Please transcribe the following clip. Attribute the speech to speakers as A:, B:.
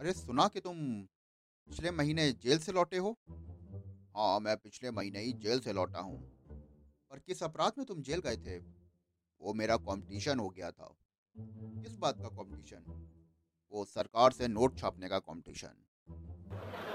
A: अरे सुना कि तुम पिछले महीने जेल से लौटे हो हाँ मैं पिछले महीने ही जेल से लौटा हूँ पर किस अपराध में तुम जेल गए थे वो मेरा कंपटीशन हो गया था किस बात का कंपटीशन वो सरकार से नोट छापने का कंपटीशन